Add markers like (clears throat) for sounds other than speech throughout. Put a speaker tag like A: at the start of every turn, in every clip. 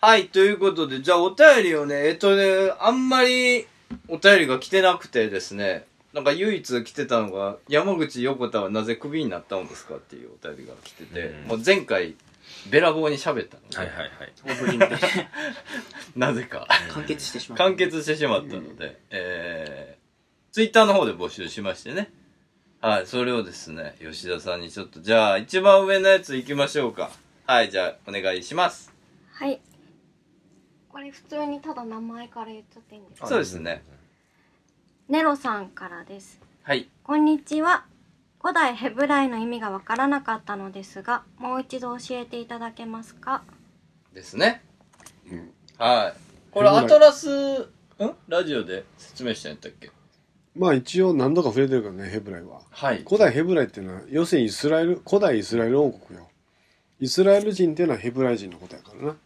A: はい、ということで、じゃあお便りをね、えっとね、あんまりお便りが来てなくてですね、なんか唯一来てたのが、山口横田はなぜクビになったのですかっていうお便りが来てて、
B: うん
A: もう前回、べらぼうに喋ったの、
B: はいはいはい。
C: オープニングで
A: なぜか。
C: (laughs) 完結してしまった
A: 完結してしまったので、えー、ツイッターの方で募集しましてね。はい、それをですね、吉田さんにちょっと、じゃあ、一番上のやつ行きましょうか。はい、じゃあ、お願いします。
D: はいこれ普通にただ名前から言っちゃっていいんですか
A: あそうですね。
D: ネロさんからです
A: はい。
D: こんにちは古代ヘブライの意味がわからなかったのですがもう一度教えていただけますか
A: ですね。
B: うん
A: はい。これ、アトラス、んラジオで説明したんやったっけ
E: まあ一応何度か触れてるからねヘブライは
A: はい。
E: 古代ヘブライっていうのは要するにイスラエル古代イスラエル王国よイスラエル人っていうのはヘブライ人のことやからな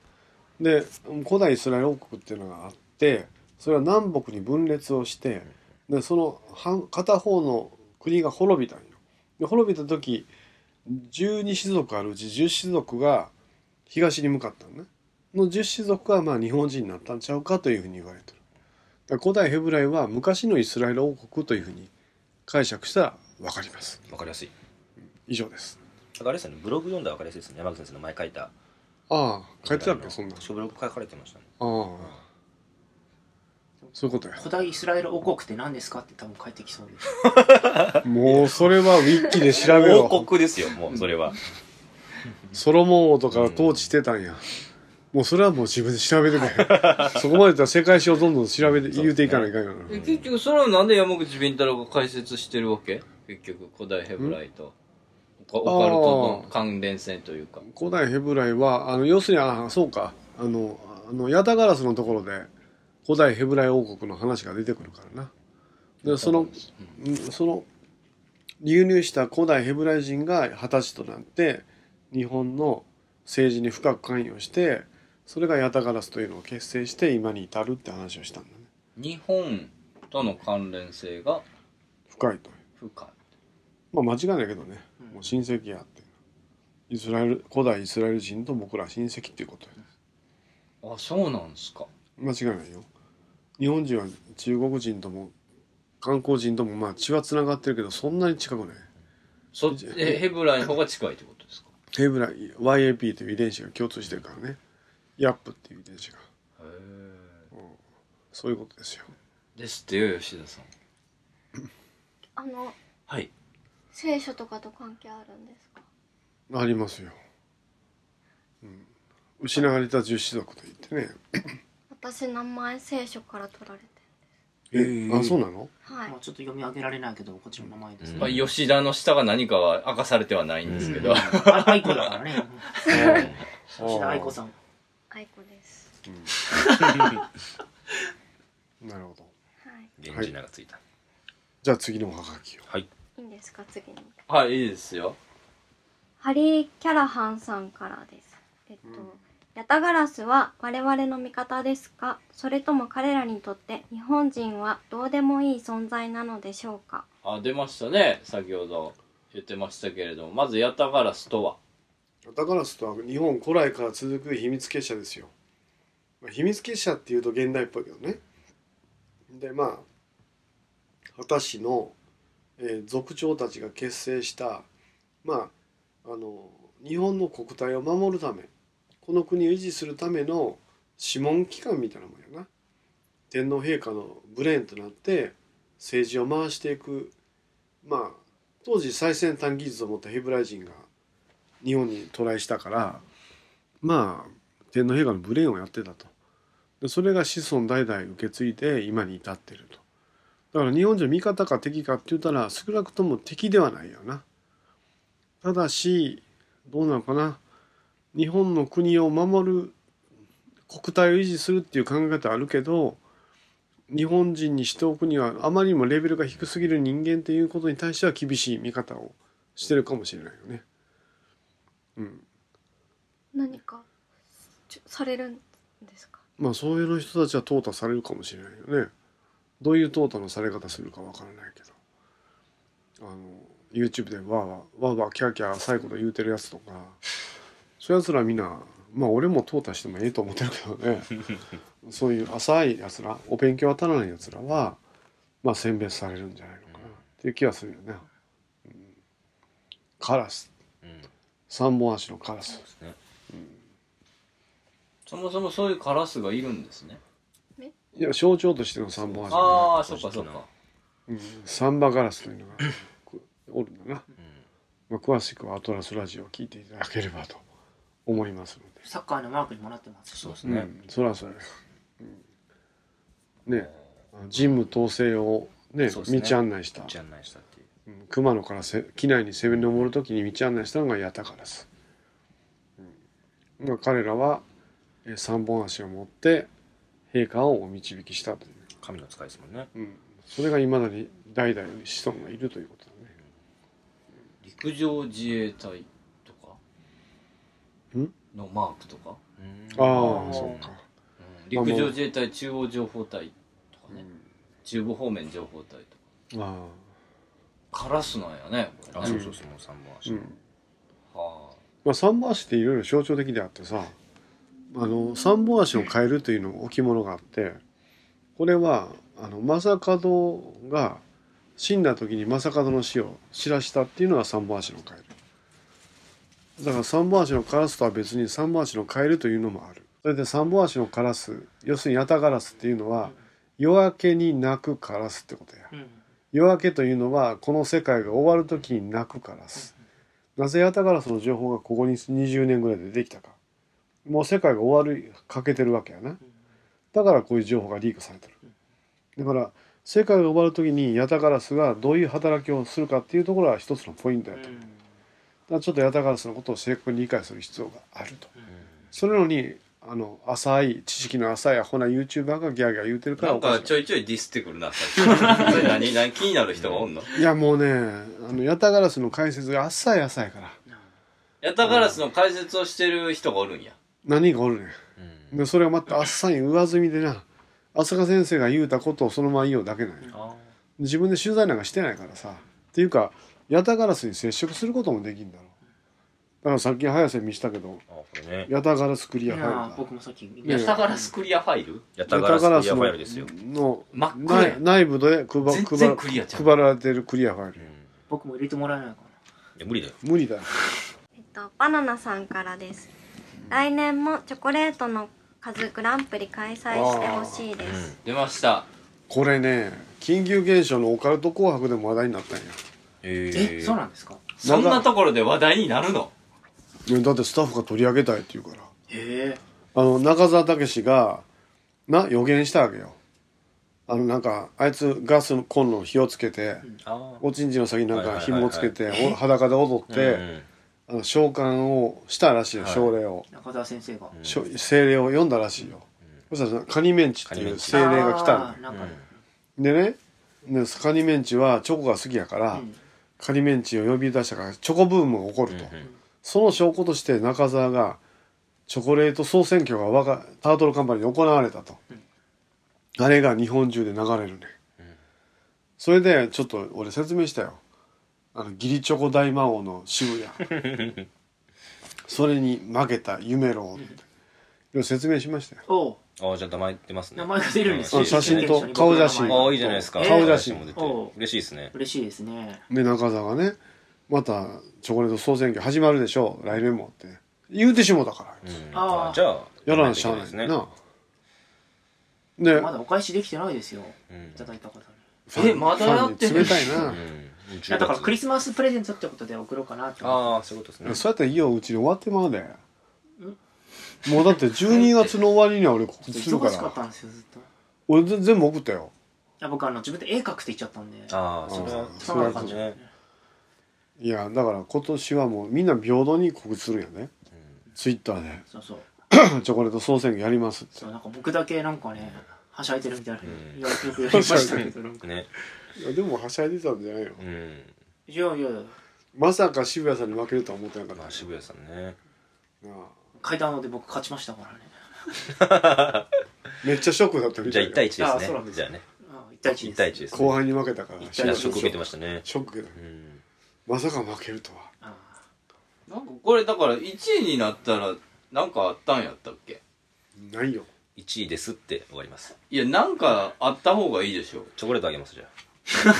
E: で古代イスラエル王国っていうのがあってそれは南北に分裂をしてでその半片方の国が滅びたんよで滅びた時12種族あるうち10種族が東に向かったんねの10種族がまあ日本人になったんちゃうかというふうに言われてるだから古代ヘブライは昔のイスラエル王国というふうに解釈したら分かります
B: わかりやすい。
E: 以上です
B: だからあれですよね、ブログ読んだらわかりやすいですね。山口先生の前書いた。
E: ああ書いてたっけそんな
B: 書ブログ書かれてましたね。
E: ああそういうこと
C: 古代イスラエル王国って何ですかって多分返ってきそうです
E: やもうそれはウィッキで調べ
B: 王
E: よ
B: 国ですよ、もうそれ
E: (laughs)
B: は。
E: うソロモン王とか統治してたんやもうそれはもう自分で調べてくれ (laughs) そこまでいったら世界史をどんどん調べて言うていかないかんやな
A: え結局、それはなんで山口敏太郎が解説してるわけ結局、古代ヘブライと、オカオカルトの関連性というか。
E: 古代ヘブライはあの要するにあそうかあのあのヤタガラスのところで古代ヘブライ王国の話が出てくるからなでそのうんその流入した古代ヘブライ人が二十歳となって日本の政治に深く関与してそれがヤタガラスというのを結成して今に至るって話をしたんだね
A: 日本との関連性が
E: 深いと
A: 深い。
E: まあ間違いないけどねもう親戚やってイスラエル古代イスラエル人と僕ら親戚っていうことや
A: あ、そうなんすか。
E: 間違いないよ日本人は中国人とも韓国人ともまあ血はつながってるけどそんなに近くない
A: そっち、えヘブライの方が近いってことですか
E: ヘブライ YAP という遺伝子が共通してるからねヤップっていう遺伝子が
A: へ
E: そういうことですよ
A: え。ですってよ、吉田さん。
D: あの
A: はい。
D: 聖書とかと関係あるんですか
E: ありますよ、うん、失われた十種族といってね
D: 私名前聖書から取られて
E: えあそうなの
D: はい
C: まあちょっと読み上げられないけどこっちの名前ですね、
A: まあ、吉田の下が何かは明かされてはないんですけど。
C: あ愛子だからね
E: あ
C: 吉田愛子
E: ー
C: さん
D: 愛子です
E: (laughs) なるほど
D: はい
B: 源氏名がついた。
E: じゃあ次のおはがきを
B: はい。
D: いいんですか次に
A: (laughs) はい、いいですよ。
D: ハリー・キャラハンさんからです。えっと、ヤタガラスは我々の味方ですかそれとも彼らにとって日本人はどうでもいい存在なのでしょうか
A: あ、出ましたね。先ほど言ってましたけれども。まず、ヤタガラスとは。
E: ヤタガラスとは日本古来から続く秘密結社ですよ。まあ、秘密結社っていうと現代っぽいけどね。でまあ果たしの、えー族長たちが結成したまああの日本の国体を守るためこの国を維持するための諮問機関みたいなもんやな。天皇陛下のブレーンとなって政治を回していくまあ当時最先端技術を持ったヘブライ人が日本に渡来したからまあ天皇陛下のブレーンをやってたとでそれが子孫代々受け継いで今に至ってるとだから日本人は味方か敵かって言ったら少なくとも敵ではないよなただしどうなのかな日本の国を守る国体を維持するっていう考え方あるけど日本人にしておくにはあまりにもレベルが低すぎる人間ということに対しては厳しい見方をしてるかもしれないよね。うん、
D: 何かちょされるんですか
E: まあそういうの人たちは淘汰されるかもしれないよねどういう淘汰のされ方するかわからないけどあの YouTube でわーわーわーわーキャーキャー最後の言うてるやつとかそういうやつらみんなまあ俺も淘汰してもええと思ってるけ (laughs) どねそういう浅いやつらお勉強当たらないやつらはまあ選別されるんじゃないのかなっていう気はするよね、うんカラス
B: うんそ
E: 三本足のカラ
B: う
E: ス
B: ですね
A: そもそもそういうカラスがいるんですね。
E: いや象徴としての三本足の
A: あ
B: あ
A: あ、
B: あ
A: そっかそっか。
E: うんサンバガラスというのがこおるんだ
B: う
E: な、
B: ん
E: まあ、詳しくはアトラスラジオを聞いていただければと思いますので
C: サッカーのマークにもなってますし
B: そうです
E: う
B: ね
E: ん、そらそうや、うん、ねあの神武統制をね
B: そうですね
E: 道案内した、
B: じゃないしたっていう
E: うん熊野からせ機内に攻め上る時に道案内したのが八田からです、うんまあ、彼らはえー三本足を持って陛下をお導きしたという
B: 神の使いですもんね
E: うん、それがいまだに代々子孫がいるということだね
A: 陸上自衛隊とか
E: ん
A: のマークとか、
E: あ
C: あ
E: あ
C: ー
E: そうか、
A: うん陸上自衛隊中央情報隊とかね、中部方面情報隊と
E: うん、あ
A: かカラスなんやねこ
B: あ
A: れ
B: そ
A: ね
B: うそうそうもう三本
E: あ、
B: 足
E: う
B: うん
E: ん
A: は
E: まあ、三本足っていろいろ象徴的であってさあの三本足を変えるというの置物があってこれはあの正門が死んだ時に正門の死を知らしたっていうのが三本足の変えるだから三本足のカラスとは別に三本足の変えるというのもあるそれで三本足のカラス要するにヤタガラスっていうのは夜明けに鳴くカラスってことや
C: うん
E: 夜明けというのはこの世界が終わる時に泣くからです。なぜヤタガラスの情報がここに20年ぐらいでできたか。もう世界が終わるかけてるわけやな。だからこういう情報がリークされてる。だから世界が終わる時にヤタガラスがどういう働きをするかっていうところは一つのポイント
C: う
E: や
C: ん
E: と。
C: う
E: だか
C: ん
E: らちょっとヤタガラスのことを正確に理解する必要があると。それなのにあの浅い知識の浅いアホな YouTuber がギャーギャー言うてる
A: あ、
E: から
A: な
E: お
A: ん
E: かしい
A: かちょいちょいディスってくるなそれ何何気になる人がおんの
E: いやもうねあのヤタガラスの解説が浅い浅いから
A: ヤタガラスの解説をしてる人がおるんや
E: 何がおるね
B: うん
E: んでそれがまたあっさり上積みでな浅香先生が言うたことをそのまま言おうだけなんや
B: あ
E: 自分で取材なんかしてないからさっていうかヤタガラスに接触することもできんだろだからさっき早瀬見したけど
B: あこれね
E: ヤタガラスク
C: い
E: リアフ
C: や
E: ァイ
C: 僕もさっき
E: いや
A: ヤタガラスクリアファイル
B: ヤ
E: ル
B: タ
E: だ
B: ガラスクリアファイルですよ
E: の
A: 真っ暗や
E: 内内部で配
A: 全
E: 配
A: 然クリアちゃう
E: 配られてるクリアファイ
B: う
E: ル
B: ん
C: 僕も入れてもらえないか
B: いや無理だよ
E: 無理だよ
D: えっと、バナナさんからです。来年もチョコレートの数グランプリ開催してほしいです。
A: 出ました
E: これね緊急現象のオカルト紅白でも話題になったんや
B: え
C: なえそう
B: な
C: なんですか
A: そんなところで話題になるの
E: いやだってスタッフが取り上げたいって言うから
C: へえ
E: あの中澤武史がな予言したわけよあのなんかあいつガスのコンロに火をつけて、
B: あ
E: おちんちんの先になん
B: はい
E: か
B: はいはいはい
E: 紐をつけて、お裸で踊っ
B: あ
E: て、
B: うん
E: あの召喚をしたらしいよ、
B: はい
E: 奨励を、
C: 中澤先生が
B: うん
E: しょ精霊を読んだらしいよ、そしたらカニメンチっていう精霊が来た
C: あ
E: の
C: ーなんか
E: でねでカニメンチはチョコが好きやから、
C: うん
E: カニメンチを呼び出したからチョコブームが起こると、
B: うんうん
E: その証拠として中澤がチョコレート総選挙が我がタートルカンパニーで行われたと、あれが日本中で流れるね、それでちょっと俺説明したよあの義理チョコ大魔王の渋谷それに負けた夢郎っていろいろ説明しましたよ
C: おう
B: ああじゃあ名前出ますね
C: 名前が出るんです
E: う
C: ね
E: ん写真と顔写真
B: ああいいじゃないですか
C: えー
E: 顔写真
B: も出て
C: おう
B: 嬉しいですね
C: 嬉しいですね
E: で中澤がねまたチョコレート総選挙始まるでしょう来年もって言うてしもたから、
B: うん
C: あー
B: あーじゃあ
E: やらなしゃあな
B: で
E: いですす
B: ね
E: ねなで
C: まだお返しできてないですよ
B: うん
C: いただいた方に
E: ファン
A: えまだやって
E: フ
A: る
E: ァンに冷たい
B: うん
E: な、
B: 10月
C: いやだからクリスマスプレゼントってことで送ろうかなって
B: ああそういうこと
E: (laughs)
B: ですね
E: そうやったらいいようちに終わってまうでもうだって12月の終わりには俺告知するか
C: 忙しかった
E: ら
C: んですよずっとい
E: 俺ぜ全部送ったよ
C: や僕あの自分で絵描くって言っちゃったんで
B: ああそれは
E: あー
C: そんな感じ
B: そうですね
E: いやだから今年はもうみんな平等に告知するんやねツイッターで (clears throat)
C: そうそう
E: 「チョコレート総選挙やります」って
C: そうなんか僕だけなんかねはしゃいでるみたいな
B: うん
C: 言われてよく言われましたけどなんか
B: ね
E: いやでもはしゃいでたんじゃないの
B: うん
C: いやいやいや
E: まさか渋谷さんに負けるとは思ってなかった
B: まあ渋谷さんね
E: なあ
C: 階段で僕勝ちましたからね
E: めっちゃショックだったみ
B: じ
E: た
B: ゃあ
E: い
B: 1対
E: な
B: 1
C: あ
B: で
C: ー
B: す
C: そうな
B: ね
C: んです
B: じゃあね
C: あ一対一
B: 1
C: です
B: 対1ですね
E: 後半に負けたから
C: 一
E: シ
B: いや
C: 対
E: ョ
C: 一
B: ショック受けてましたね
E: ック受けた
B: うん
E: まさか負けるとは
C: あ
A: なんかこれだから1位になったらなんかあったんやったっけ
E: ないよ
B: 1位ですって終わります
A: いや、なんかあった方がいいでしょ。
B: チョコレートあげますじ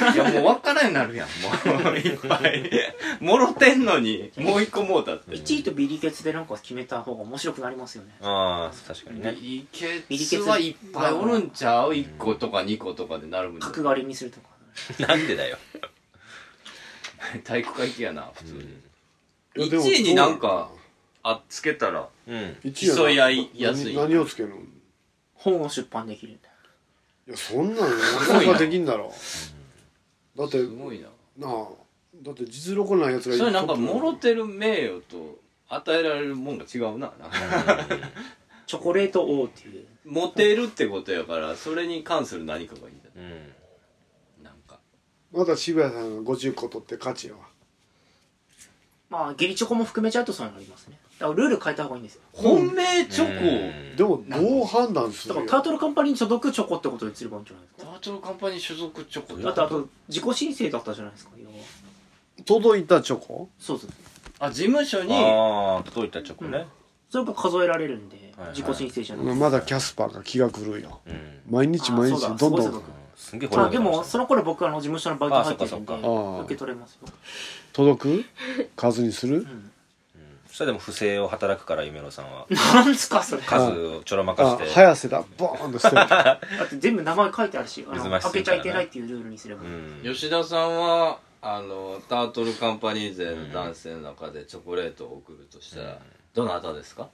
B: ゃ
A: いや、もう分からんようになるやん、もう。いっぱい。もろてんのに、もう一個もうだって。
C: 1位とビリケツでなんか決めた方が面白くなりますよね
B: ああー確かにね
A: いけつはいっぱいおるんちゃう ?1 個とか2個とかでなるもん
C: 角刈りにするとか
B: (laughs) なんでだよ、
A: 体育会系やな、普
B: う
A: 通に。
B: ん
E: いやでも
A: 1位になんかあ、つけたら。
B: うん、
E: 一位な
A: 競い合いやすい
E: 何何をつけるのい
C: 本を出版できるんだ
E: やそんなのなかなかできんだろだって
A: すごいな。
E: なあだって実力ないやつが
A: それなんか、もろ
E: って
A: る名誉と与えられるもんが違うな。なんか
C: チョコレート王っていう
A: モテるってことやから、それに関する何かがいいんだ。
B: うんうん、
A: なんか。
E: まだ渋谷さんが50個取って勝ちやわ
C: まあ義理チョコも含めちゃうとそうなりますねだからルール変えた方がいいんですよ
A: 本命チョコを
E: でもどう判断す
C: だ
E: る
C: から
E: よ
C: タートルカンパニーに所属チョコってことにすればいいんじゃないです
A: ダ
C: か
A: ートルカンパニー所属チョコ
C: だってあと自己申請だったじゃないですか要は
E: 届いたチョコ
C: そうそう
A: あ事務所に
B: ああ届いたチョコね、
C: それが数えられるんで、
B: はいはい
C: 自己申請じゃなくて、
E: まだキャスパーが気が狂いよ
B: うん
E: 毎日毎
C: あ
E: 日
C: そうだ
E: どんど
C: すごい
E: ん
B: すんげえ
C: まあ
B: 惚
C: で
B: れ
C: も
B: まし
C: その頃僕あの事務所のバイト入ってる
B: あそっ
C: んで
B: か
E: そっか
C: 受け取れますよ、
E: 届く数にする
C: うん、
B: たそしたらでも不正を働くから夢野さんは
C: なんすかそれだ
B: 数をちょろまか
E: あ
B: して
E: 早瀬だボーンと捨てる
C: って全部名前書いてあるしあ
B: 水
C: の
B: 増し
C: 開
B: するからね
C: けちゃいけないっていうルールにすれば、
B: うん
A: 吉田さんはあのタートルカンパニー勢の男性の中でチョコレートを送るとしたら、
B: うん
A: どなたですか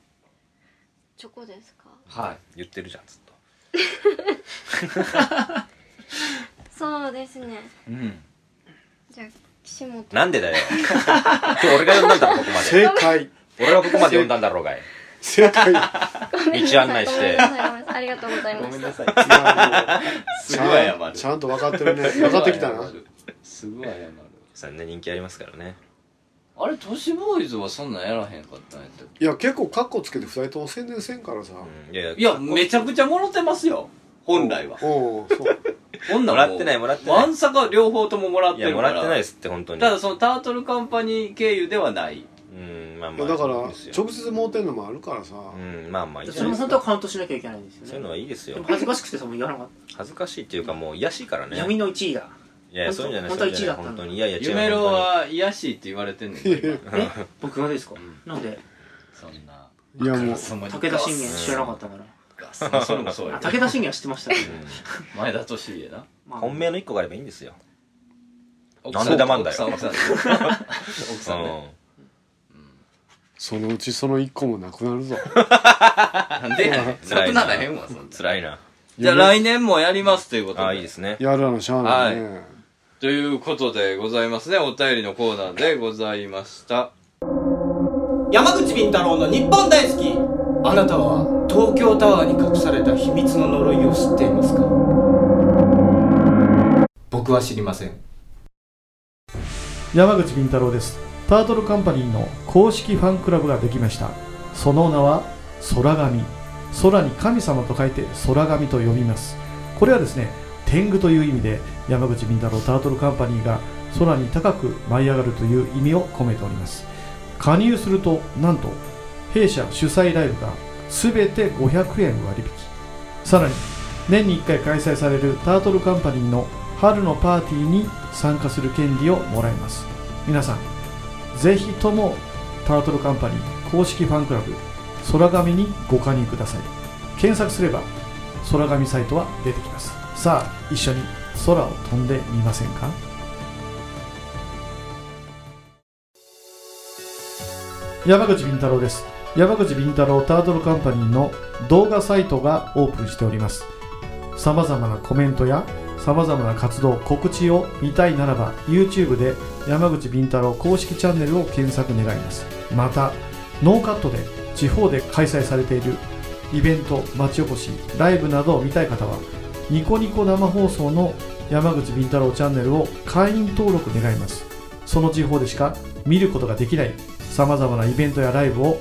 D: チョコですか
A: はい
B: 言ってるじゃんずっと
D: そうですね
A: うん
D: じゃあ岸本
B: なんでだよ今日俺が呼んだんだろここまで
E: 正解
B: 俺がここまで呼んだんだろうがい
A: (laughs)
E: 正解い
D: ごめんなさい
B: 道案内して
D: ごめんなさいごめんなさいありがとうございました
A: さい
E: やもう
A: すごい謝る
E: ちゃんと分かってるね分かってきたな
A: すごい謝る
B: それね人気ありますからね
A: あれ都市ボーイズはそんなんやらへんかったんやったっ
E: いや結構カッコつけて二人とも宣伝せんからさ、
B: うんいや
A: けいやめちゃくちゃもろてますよ本来は
E: うんうんそう
A: 女
B: もらってないもらってない
A: わんさか両方とももらっ
B: い
A: て
B: や
A: る
B: も
A: から
B: らってないですって本当に
A: ただそのタートルカンパニー経由ではない
B: うん (laughs) まあ
E: いや
B: まあ
E: だから
B: いい
E: 直
B: ですよ
E: 接モテんのもあるからさ、
B: うんまあまあいいじゃ
C: そ
B: な
C: れ
B: いで
C: も
B: す
C: 本当は
B: か
C: カウントしなきゃいけないんですよね
B: そういうのはいいです
C: で
B: よ
C: も恥ずかしくてさもう言わなかっ
B: 恥ずかしいっていうかもう癒やしいから
C: た、
B: ね
C: 闇の1位だ
B: いやいやそういうんじゃない
C: 本当は
B: そういうんじゃない
C: 一位だったの
B: 本当にいやいや違う
A: 夢ろは癒やしいって言われてんねんけど
B: (laughs)
A: 今
C: え僕がですか、
A: ん
C: なんで
A: そんない
E: やもう
A: 武
C: 武田信玄知らなかったから
A: たそれもそう
C: あ
A: や
C: 武田信玄は知ってましたけど、
B: 本当に
A: 前田利家な
B: う
C: ま
B: ん
C: あ、
B: 本命の一個があればいいんですよ
A: 奥さ
B: なんで黙んだよ
A: 奥さん奥
B: (laughs)
A: さん奥さんね
B: う
E: そのうちその一個もなくなるぞ
A: なんでやねん
B: ん
A: 辛くならへんわそんな
B: 辛いな
A: じゃあ来年もやりますということ
B: ああいい
A: で
B: ですね
E: やるあのしゃあないね、
A: ということでございますねお便りのコーナーでございました
F: 山口敏太郎の日本大好きあなたは東京タワーに隠された秘密の呪いを知っていますか僕は知りません
G: 山口敏太郎ですタートルカンパニーの公式ファンクラブができましたその名は空神空に神様と書いて空神と呼びますこれはですね天狗という意味で山口敏太郎タートルカンパニーが空に高く舞い上がるという意味を込めております加入するとなんと弊社主催ライブが全て500円割引さらに年に1回開催されるタートルカンパニーの春のパーティーに参加する権利をもらいます皆さんぜひともタートルカンパニー公式ファンクラブ空紙にご加入ください検索すれば空紙サイトは出てきますさあ一緒に空を飛んでみませんか山口敏太郎です山口敏太郎タートルカンパニーの動画サイトがオープンしておりますさまざまなコメントやさまざまな活動告知を見たいならば YouTube で山口敏太郎公式チャンネルを検索願いますまたノーカットで地方で開催されているイベント町おこしライブなどを見たい方はニコニコ生放送の山口敏太郎チャンネルを会員登録願いますその地方でしか見ることができないさまざまなイベントやライブを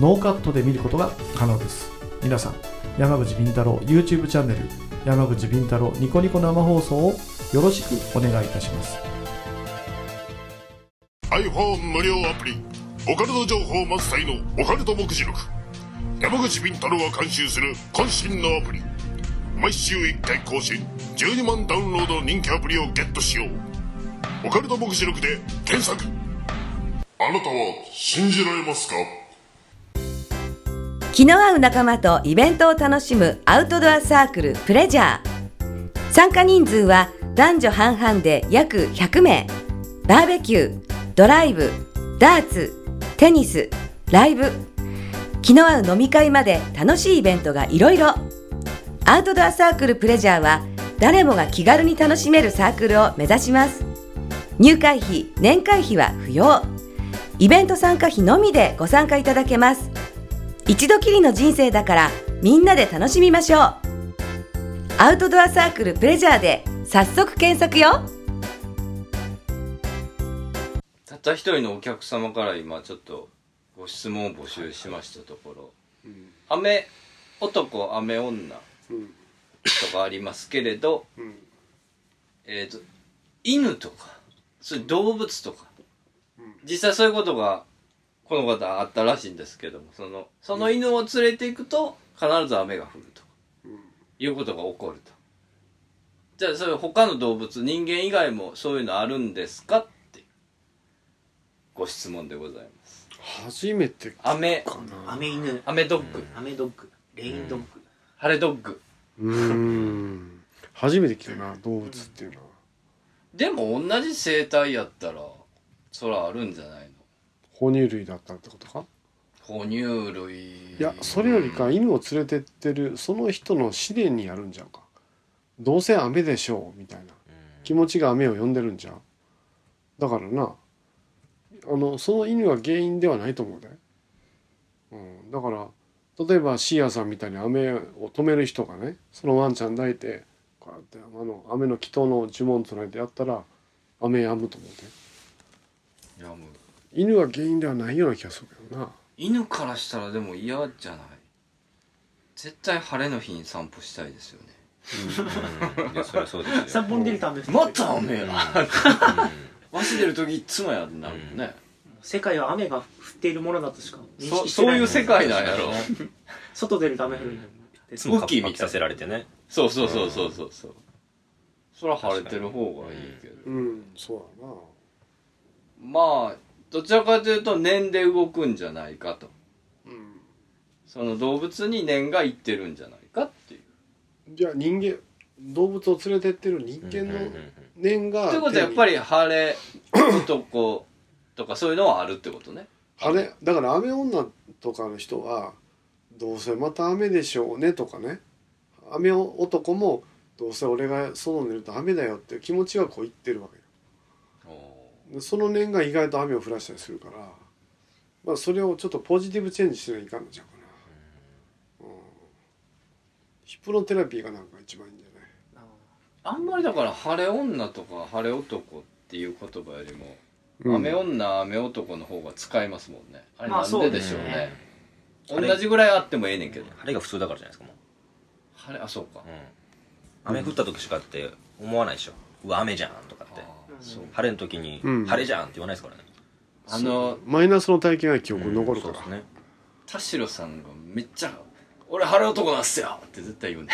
G: ノーカットで見ることが可能です皆さん山口敏太郎 YouTube チャンネル山口敏太郎ニコニコ生放送をよろしくお願いいたします
H: iPhone 無料アプリオカルト情報満載のオカルト目次録山口敏太郎が監修する渾身のアプリ毎週1回更新12万ダウンロードの人気アプリをゲットしようオカルト目次録で検索あなたは信じられますか
I: 気の合う仲間とイベントを楽しむアウトドアサークルプレジャー参加人数は男女半々で約100名バーベキュードライブダーツテニスライブ気の合う飲み会まで楽しいイベントがいろいろアウトドアサークルプレジャーは誰もが気軽に楽しめるサークルを目指します入会費年会費は不要イベント参加費のみでご参加いただけます一度きりの人生だからみんなで楽しみましょうアウトドアサークルプレジャーで早速検索よ
A: たった一人のお客様から今ちょっとご質問を募集しましたところ
E: うん
A: 「雨男雨女」
E: うん
A: とかありますけれど
E: うん
A: えっ、と犬とかそういう動物とか実際そういうことがこの方あったらしいんですけどもそのその犬を連れていくと必ず雨が降るということが起こるとじゃあそれ他の動物人間以外もそういうのあるんですかっていうご質問でございます
E: 初めて
A: 雨
E: かな
C: アメ犬、
A: 雨ドッグ
C: アメドッグ、レインドッグ。
A: 晴れドッグ
E: うーん初めて来たな動物っていうのは
A: でも同じ生態やったらそらあるんじゃないの
E: 哺乳類だったってことか
A: 哺乳類
E: いやそれよりか犬を連れてってるその人の試練にやるんじゃうかどうせ雨でしょうみたいな気持ちが雨を呼んでるんじゃうだからなあのその犬が原因ではないと思うで、うん、だから例えばシーアさんみたいに雨を止める人がねそのワンちゃん抱いてこうやってあの雨の祈祷の呪文唱えてやったら雨やむと思う
A: い
E: で
A: やもう
E: 犬が原因ではないような気がするけどな
A: 犬からしたらでも嫌じゃない絶対晴れの日に散歩したいですよね
B: うんいやそりゃそうですよ
C: 散歩に出るためです。
A: また雨や
B: う
A: 忘れる時いつもやんなるもんね、
C: 世界は雨が降っているものだとしか認
A: そ
C: 識して
A: そう
C: ないい。
A: う世界なんやろ
C: 外出るため降るんだ
B: んいつもカッパ着させられてね
A: そうそうそうそうそうそうそら晴れてる方がいいけど、
E: うんそうだな
A: まあどちらかというと念で動くんじゃないかと
E: うん
A: その動物に念がいってるんじゃないかっていう
E: じゃあ人間動物を連れてってる人間
B: うんう
E: の
B: んうん
E: 念が
A: ということはやっぱ
E: り
A: り晴れ男とかそういうのはあるってことね
E: あれだから雨女とかの人はどうせまた雨でしょうねとかね雨男もどうせ俺が外に出ると雨だよっていう気持ちはこう言ってるわけよでその念が意外と雨を降らしたりするからまあそれをちょっとポジティブチェンジしないといかんのちゃうかな、うん、ヒプノテラピーがなんか一番いいんじゃない
A: あんまりだから晴れ女とか晴れ男っていう言葉よりも、雨女雨男の方が使いますもんねあれ
C: まあ
A: なん
C: そ
A: で
C: う
A: で
C: で
A: し
C: す
A: ょう
C: よ
A: ね
C: ね,、
B: うん
A: 同じぐらいあってもええねんけど
B: 晴れが普通だからじゃないですかも
A: 晴れあそうか
B: う、うん雨降った時しかって思わないでしょうわ雨じゃんとかって
A: そう
B: 晴れの時に
E: うん
B: 晴れじゃんって言わないですからね
A: あの
E: マイナスの体験が記憶に残るか
B: うん
E: ら、
B: そうですね
A: 田代さんがめっちゃ「俺晴れ男なんすよ!」って絶対言うね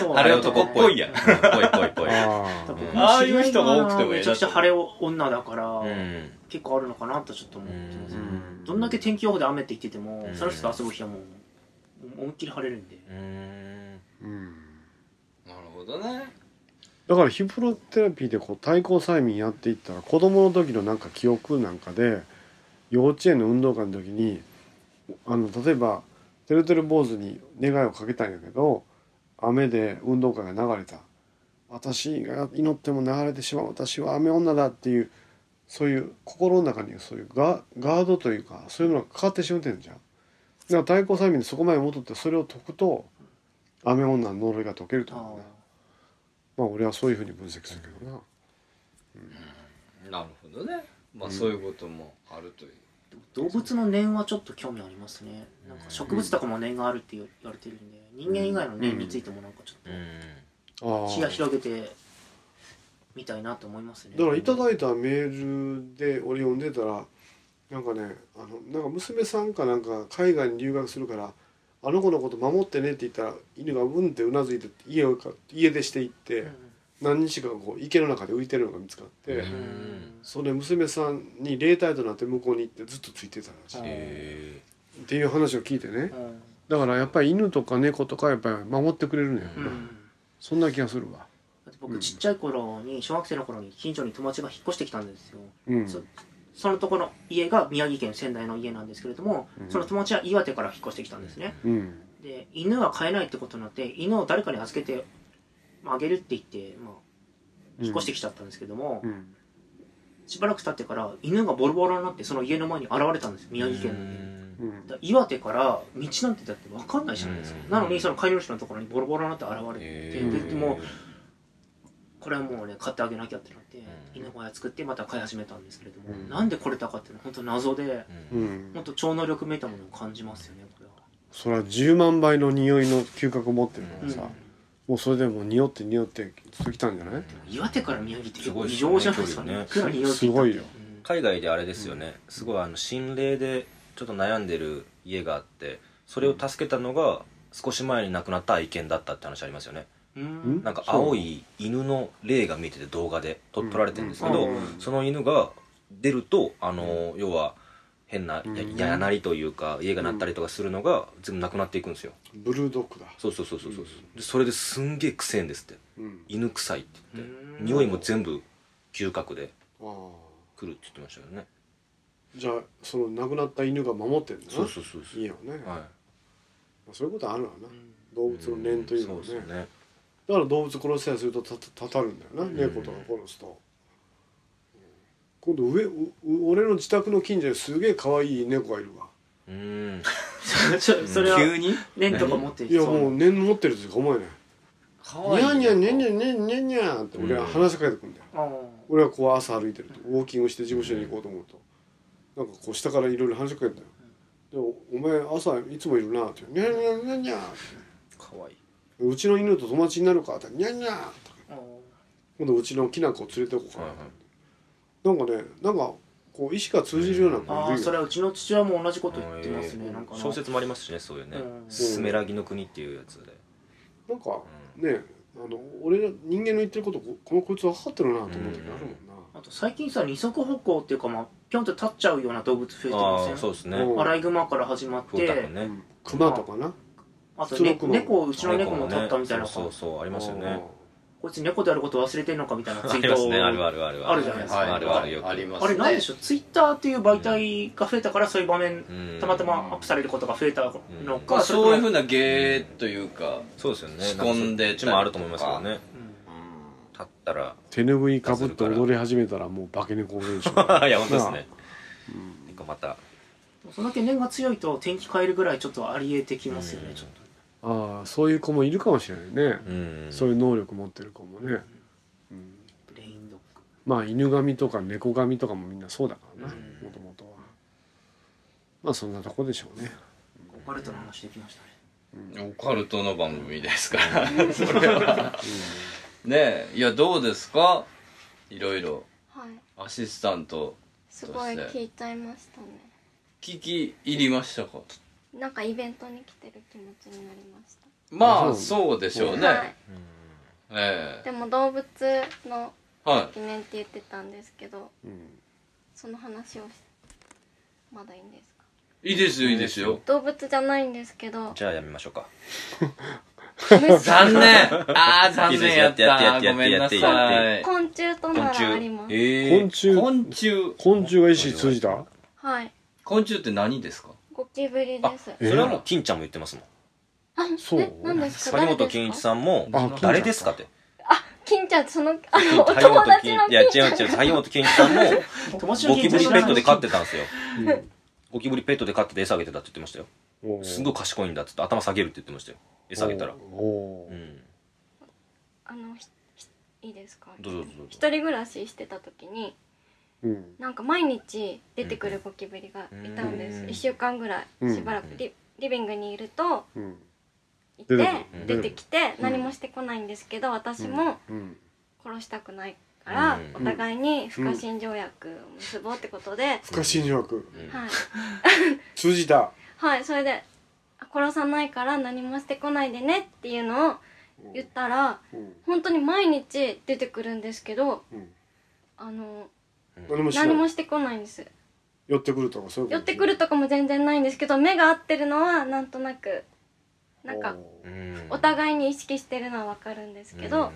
C: そう
A: 晴れ男っぽいやん
B: ぽいぽいぽい
E: あ
C: 多
E: あ
C: 分
A: ああいう人が多くてもええな
C: めちゃくちゃ晴れ女だから、
B: うん
C: 結構あるのかなとちょっと思ってます、
E: うん
C: どんだけ天気予報で雨って言ってても、
B: うん
C: その人と遊ぶ日はもう思いっきり晴れるんで、
B: うん
E: うん
A: (laughs) なるほどね
E: だからヒプロテラピーでこう対抗催眠やっていったら子供の時のなんか記憶なんかで幼稚園の運動会の時にあの例えばてるてる坊主に願いをかけたんやけど雨で運動会が流れた私が祈っても流れてしまう私は雨女だっていうそういう心の中にそういうガガードというかそういうものがかかってしまってんじゃん。だから対抗催眠でそこまで戻ってそれを解くと雨女の呪いが解けると思うね。まあ俺はそういうふうに分析するけどな。
A: なるほどねまあそういうこともあるという、
C: 動物の念はちょっと興味ありますねなんか植物とかも念があるって言われてるんで人間以外の念についてもなんかちょっ
B: うん
E: あ
C: と
E: あ
C: 視野広げてみたいなと思いますね
E: だからいただいたメールで俺読んでたらなんかねあのなんか娘さんかなんか海外に留学するから「あの子のこと守ってね」って言ったら犬がうんってうなずいて家をか家出していって、何日かこう池の中で浮いてるのが見つかって、
B: うん
E: それ娘さんに霊体となって向こうに行ってずっとついてたらしい、
B: え
E: っていう話を聞いてね
C: うんうん
E: だからやっぱり犬とか猫とかやっぱり守ってくれるのよ、
C: う
E: な。
C: ん
E: そんな気がするわ
C: だって僕ちっちゃい頃に小学生の頃に近所に友達が引っ越してきたんですよ
E: うん
C: そそのところの家が宮城県仙台の家なんですけれども、
E: うん
C: その友達は岩手から引っ越してきたんですね
E: うん
C: で犬は飼えないってことになって犬を誰かに預けてまああげるって言って、まあ、引っ越してきちゃったんですけども、
E: うん
C: しばらく経ってから犬がボロボロになってその家の前に現れたんです宮城県の家に
B: 県
E: うん
C: だ岩手から道なんてだって分かんないじゃないですか
B: うん
C: なのにその飼い主のところにボロボロになって現れて、
B: え
C: でもこれはもうね買ってあげなきゃってなって
B: うん
C: 犬小屋作ってまた飼い始めたんですけれども、
E: うん
C: なんでこれたかっていうのは本当謎で
B: う
E: うんん
C: 本当超能力めいたものを感じますよねこれは。
E: それは10万倍の匂いの嗅覚を持ってるからさ、
C: うん
E: もうそれでもう匂って匂ってずっときたんじゃない
C: 岩手から宮城って
B: すごいっ
C: 異
B: すね
C: 常じゃないですかねいく
B: 距
C: ら
B: 離
C: 匂い
E: すごいよ
C: うん
B: 海外であれですよね、すごいあの心霊でちょっと悩んでる家があってそれを助けたのが少し前に亡くなった愛犬だったって話ありますよね
C: うん
B: なんか青い犬の霊が見えてて動画で撮
E: うん
B: 撮られてるんですけど、
E: うん
B: その犬が出るとあの、要は変なや
E: うん
B: ややなりというか家が鳴ったりとかするのが全部なくなっていくんですよ
E: ブルードッグだ、
B: そうそうそうそうそうでそれですんげえ臭いんですって
E: うん、
B: 犬臭いって言って
C: うん
B: 匂いも全部嗅覚で
E: ああ
B: 来るって言ってましたよね
E: じゃあその亡くなった犬が守ってるんだな
B: そうそうそうそう
E: 家をね、
B: はい
E: そういうことあるわな
C: うん (laughs)
E: 動物の念というのはね,、
B: そうですよね
E: だから動物殺したりするとたたたたるんだよな、
C: うん
E: 猫とか殺すと、今度上うう俺の自宅の近所にすげえ可愛い猫がいるわ
B: うーん
C: ちょそれは
A: 急に
C: レンとか持ってい
E: いや
C: そう
E: もう念持ってるって思えない
B: か
E: ニャーニャーニャーニャーニャーニャーニャーって俺は話しかけてくんだよ、
C: あ
E: 俺はこう朝歩いてるとウォーキングして事務所に行こうと思うとなんかこう下からいろいろ話しかけてんだよでもお前朝いつもいるなってニャーニャーニャーニャーって
B: かわいいう
E: ちの犬と友達になるかってニャーニャーって
C: ーあ
E: 今度うちのきなこを連れてこうか
B: は
E: ない
B: は、
E: なんかねなんかこう意思が通じるような
C: ー
E: 子
C: あ
E: い
C: ー
E: る
C: それ
E: よ
C: はうちの父親も同じこと言ってますね、
B: えー
C: なんかな
B: 小説もありますしねそういうね
C: う
B: 「
C: ん
B: すめらぎの国」っていうやつで
E: なんかねあの俺ら人間の言ってることここのこいつ分かってるなと思う時あるもんな、
C: あと最近さ二足歩行っていうかまあピョンって立っちゃうような動物増えてま
B: あ
C: せ
B: あ
C: ん
B: そうですね
E: うん
C: アライグマから始まっ
B: 風太く
C: て
B: ん
E: う
B: ね
E: ん、熊とかな
C: あと、
E: 普通
C: ね
E: の、熊
C: 猫うちの猫も
B: ね
C: 立ったみたいな
B: そうそうそうありますよね
C: こいつ猫であること忘れてんのかみたいな
B: あ
C: ツイ
B: り
C: ー
B: ま
C: ト
B: す
C: を
B: ねあるあるある
C: あるじゃないですか
B: はいあるあるよく
A: あります
C: あれなんでしょうツイッターっていう媒体が増えたからそういう場面
B: うん
C: たまたまアップされることが増えた
A: ま
C: のか
A: あ、
C: れとも
A: そういうふうな芸というか、
B: そうですよね
A: 仕込んで
B: なかそっちもあると思いますけどね
A: う
B: 立ったら
E: 手ぬぐいかぶって踊り始めたらもう化け猫現象
B: (laughs) いや本当ですねなんかまた
C: うんそんだけ念が強いと天気変えるぐらいちょっとありえてきますよ
B: う
C: ね
B: ん
C: ちょっと
E: ああそういう子もいるかもしれないね、
B: うん
E: そういう能力持ってる子もね、
C: レインドッグ
E: まあ犬神とか猫神とかもみんなそうだからな
C: うん
E: もともとはまあそんなとこでしょうね
C: オカルトの話できましたね
A: んオカルトの番組ですから、それは。ねえ、いや、どうですかいろいろ。
D: はい
A: アシスタント、
D: すごい聞いちゃいましたね
A: 聞き入りましたか
D: なんかイベントに来てる気持ちになりました
A: まあ、
E: そ
A: そうでしょうね。
D: はい
A: ええ
D: でも動物の
A: は
D: 疑念って言ってたんですけど
E: うん
D: その話をしまだいいんですか
A: い。いいですよ、いいですよ。
D: 動物じゃないんですけど
B: じゃあやめましょうか (laughs)
A: 残念ああ、残念やっ
B: やってや
A: た。
B: ってや
A: ご
B: って
A: めんなさい。
D: 昆虫と
B: 昆
D: な
B: 虫
D: らあります、
B: え
E: 昆
B: え
E: 虫
A: 昆虫。
E: 昆虫が意思通じた
D: はい
A: 昆虫って何ですか
D: ゴキブリです
B: それはもう金ちゃんも言ってますもん
D: あ
E: そう
D: え何ですか
B: 谷
D: 誰
B: 本
D: で
B: 金一
D: すか
B: さんも
E: あ金ちゃん
B: 誰ですかって
D: 金ちゃんそのあ
B: 金
D: のお
B: (laughs) 谷本
D: 友達
B: 金
D: の
B: いや違う
D: 金ち
B: 違
D: ゃ
B: うん
D: が
B: 谷本金一さんも
C: 友達の
B: ゴキブリペットで飼っててたんですよゴキブリペットで飼ってて餌あげてたって言ってましたよすご
E: く
B: い賢いんだっつって頭下げるって言ってましたよ餌あげたら
E: おー
B: うん
D: あのひひいいですか
B: どうぞどうぞ
D: 一人暮らししてた時に
E: うん
D: なんか毎日出てくるゴキブリがいたんです、
B: うん
D: 1週間ぐら
E: うん
D: いしばらくリリビングにいると
E: うん
D: いて
E: 出てくる
D: 出てきて
E: ん
D: 何もしてこないんですけど私も
E: うん
D: 殺したくないから、
B: うん
D: お互いに不可侵条約を結ぼうってことで、
E: 不可侵条約
B: うん
D: はい、
E: 通じた
D: はい、それであ殺さないから何もしてこないでねっていうのを言ったら
E: うん
D: 本当に毎日出てくるんですけど
E: うん
D: あの
E: 何もし
D: 何
E: な
D: も
E: い
D: してこないんです
E: 寄ってくるとかそういうこ
D: 寄
E: と
D: ってくるとかも全然ないんですけど目が合ってるのはなんとなくなんか
E: お
B: うん
D: お互いに意識してるのはわかるんですけど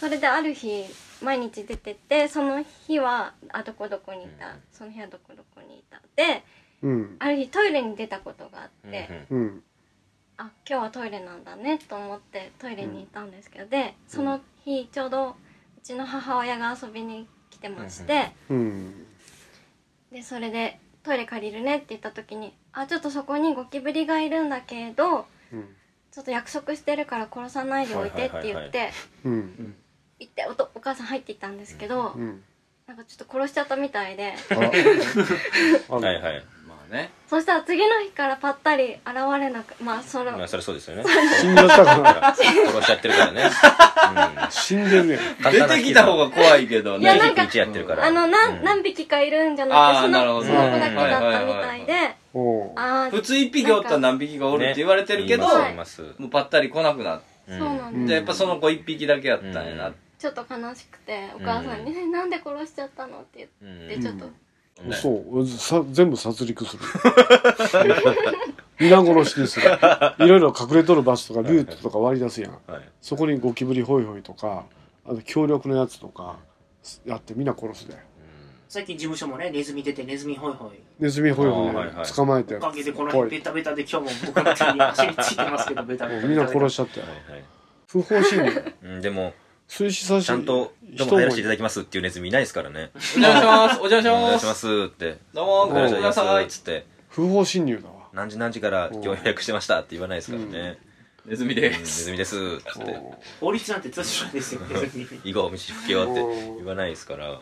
D: それである日毎日出てってその日はあどこどこにいたその日はどこどこにいたで
E: ーうん
D: ある日トイレに出たことがあ
B: う
D: っ
B: ん
D: て。
E: うん
D: あ今日はトイレなんだねと思ってトイレに行ったんですけど、でその日ちょうどうちの母親が遊びに来てまして、
E: うん
D: でそれで「トイレ借りるね」って言った時に「あちょっとそこにゴキブリがいるんだけど
E: うん
D: ちょっと約束してるから殺さないでおいて」って言
B: はいはい
D: っ
B: はい
D: て
E: うん
D: 行っておとお母さん入っていったんですけど、
E: うん
D: なんかちょっと殺しちゃったみたい
B: (laughs)
D: で
E: あ
B: はいはい
A: まあね
D: そしたら次の日からぱったり現れなくまあその
B: まあそれそうですよね
E: 死んじゃったかな
B: 殺しちゃってるからね、
D: (laughs)
E: 死んでるね
B: うん
A: 出てきた方が怖いけど
D: いや
A: ね
D: なんか
B: 1やってるから
D: あの何,、
B: うん
D: 何匹かいるんじゃなく
A: あ
D: て
A: ー
D: その
A: なるほど
D: その子だけだったみ
A: はいは
D: た
A: い
D: い
A: はい
D: で。
E: おう
D: あー
A: 普通一匹おったら何匹がおるって言われてるけど、
B: ね
D: は
B: 言
D: い
B: います言います
A: もうぱったり来なくなっ
D: そううんなん
A: て、
D: です、
A: やっぱその子一匹だけやったんやな、
B: うん
D: ちょっと悲しくてお母さんに「ねなんで殺しちゃったの?」って
B: う
D: 言
B: ん
D: ってちょっと、
B: うん
E: そうさ全部殺戮する皆殺しにするいろいろ隠れとる場所とかルートとか割り出すやん
B: はい
E: そこにゴキブリホイホイとかあと強力なやつとかやってみんな殺すで
C: 最近事務所もねネズミ出てネズミホイホイ
E: ネズミホイホ
B: あーはい
E: イ
B: はい
E: 捕まえて
C: おかげでこの
E: 怖
C: 辺
E: い
C: ベタベタで今日も僕の手に走りついてますけどベタベ
E: も
C: タ
E: うみんな殺
C: し
E: しちゃったよ
B: はいはい
E: 不法侵入
B: うん、でも
E: 水死させ
B: ちゃんと「どうも入らせていただきます」っていうネズミいないですからね
A: お
B: 「
A: 邪魔しますお
B: お
A: 邪
B: 願
A: 魔
B: い
A: し
B: し
A: ま
B: ますす」って「
A: どうもごめんなさい
B: っつって
E: 不法侵入だわ
B: 「何時何時から今日予約してました」って言わないですからね
A: ネズミ
B: 「うん
A: で
B: ネズミです」っつって
C: 法律なんて通じないですよネズミ
B: 「以後道行けよ」って言わないですから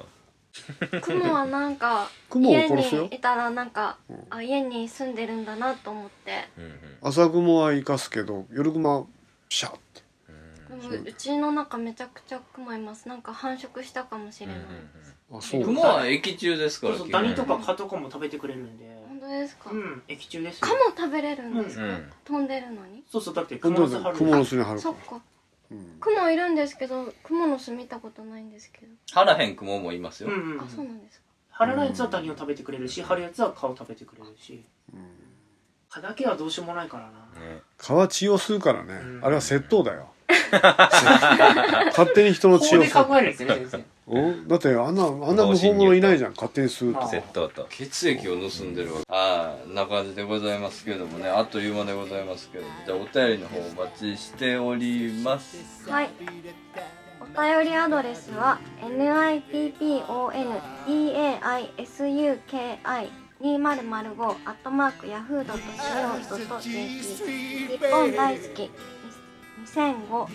D: 雲はなんか
E: (laughs) 雲を
D: 家
E: 殺すよ
D: にいたらなんかあ家に住んでるんだなと思って
B: うんうん
E: 朝雲は生かすけど夜雲はシャッて
D: でもうちの中めちゃくちゃ雲いますなんか繁殖したかもしれない、
E: あそう
A: 雲は液中ですか
C: そう
A: ら
C: そう
A: 基
C: ダ
A: 本
C: ニとか蚊とかも食べてくれるんで
D: 本当ですか、
C: うん液中ですよ
D: カモ食べれるんですか、
B: うん
D: 飛んでるのに
C: そうそうだって
E: 今
C: 雲
E: 度
C: の
E: で
C: 巣張る
E: 雲の巣に貼るか
D: そ
E: ら
D: っか
E: うん
D: 雲いるんですけど雲の巣見たことないんですけど、
A: 腹へん雲もいますよ、
C: うんうん
D: あそうなんですか
C: 張らないやつはダニを食べてくれるし張るやつは蚊を食べてくれるし蚊だけはどうしようもないからな
B: ね
E: 蚊は血を吸うからね
C: うん
E: あれは窃盗だよ (laughs) 勝手に人の血
C: 法
E: を
C: で
E: 吸う
C: 考えるんですね先生
E: うんだってあんなあんな無法者いないじゃん勝手に吸う
C: まあ
E: と
B: 絶対と
A: 血液を盗んでるわああな感じでございますけどもねあっという間でございますけどじゃあお便りの方お待ちしております
D: はい。お便りアドレスは nippondaisuki2005 アットマーク yahoo.co.jp 日本大好き2005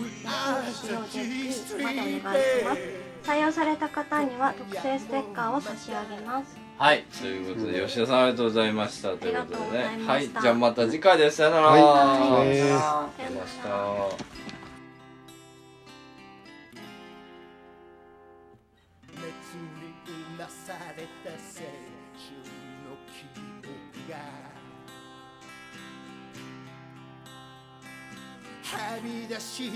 D: yahoo.co.jp までお願いします採用された方には特製ステッカーを差し上げます
A: はいということで吉田さんありがとうございましたということで
D: あり
A: ねはい
D: がとうござま
A: い
D: した
A: じゃあまた次回ですさよなら、
E: は
A: あ
E: い
A: り
E: え
A: がとうござい
E: ー
A: ました
J: 熱にうなされた青春の記憶がはみ出し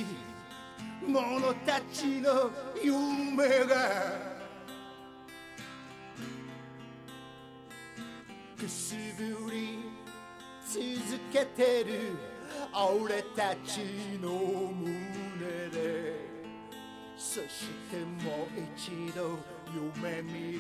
J: 者たちの夢がくすぶり続けてる俺たちの胸でそしてもう一度夢見る